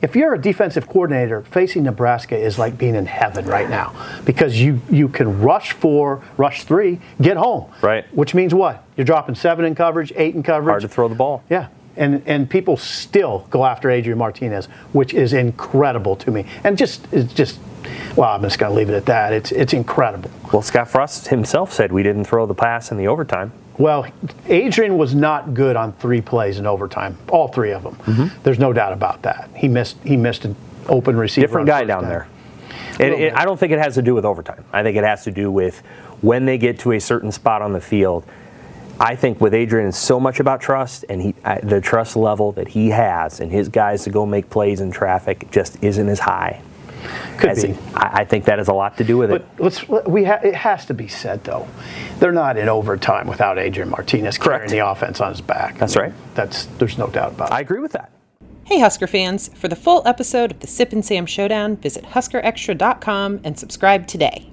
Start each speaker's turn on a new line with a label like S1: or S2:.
S1: if you're a defensive coordinator, facing Nebraska is like being in heaven right now because you you can rush four, rush three, get home.
S2: Right.
S1: Which means what? You're dropping seven in coverage, eight in coverage.
S2: Hard to throw the ball.
S1: Yeah. And, and people still go after Adrian Martinez, which is incredible to me. And just, it's just, well, I'm just going to leave it at that. It's, it's incredible.
S2: Well, Scott Frost himself said we didn't throw the pass in the overtime.
S1: Well, Adrian was not good on three plays in overtime, all three of them.
S2: Mm-hmm.
S1: There's no doubt about that. He missed he missed an open receiver.
S2: Different
S1: on
S2: guy
S1: first
S2: down
S1: down.
S2: there. It, it, I don't think it has to do with overtime. I think it has to do with when they get to a certain spot on the field. I think with Adrian, it's so much about trust and he, I, the trust level that he has and his guys to go make plays in traffic just isn't as high.
S1: Could
S2: as
S1: be.
S2: it- I, I think that has a lot to do with it.
S1: But let's we ha- it has to be said though, they're not in overtime without Adrian Martinez
S2: Correct.
S1: carrying the offense on his back.
S2: That's right.
S1: That's there's no doubt about it.
S2: I agree with that.
S3: Hey Husker fans, for the full episode of the Sip and Sam Showdown, visit huskerextra.com and subscribe today.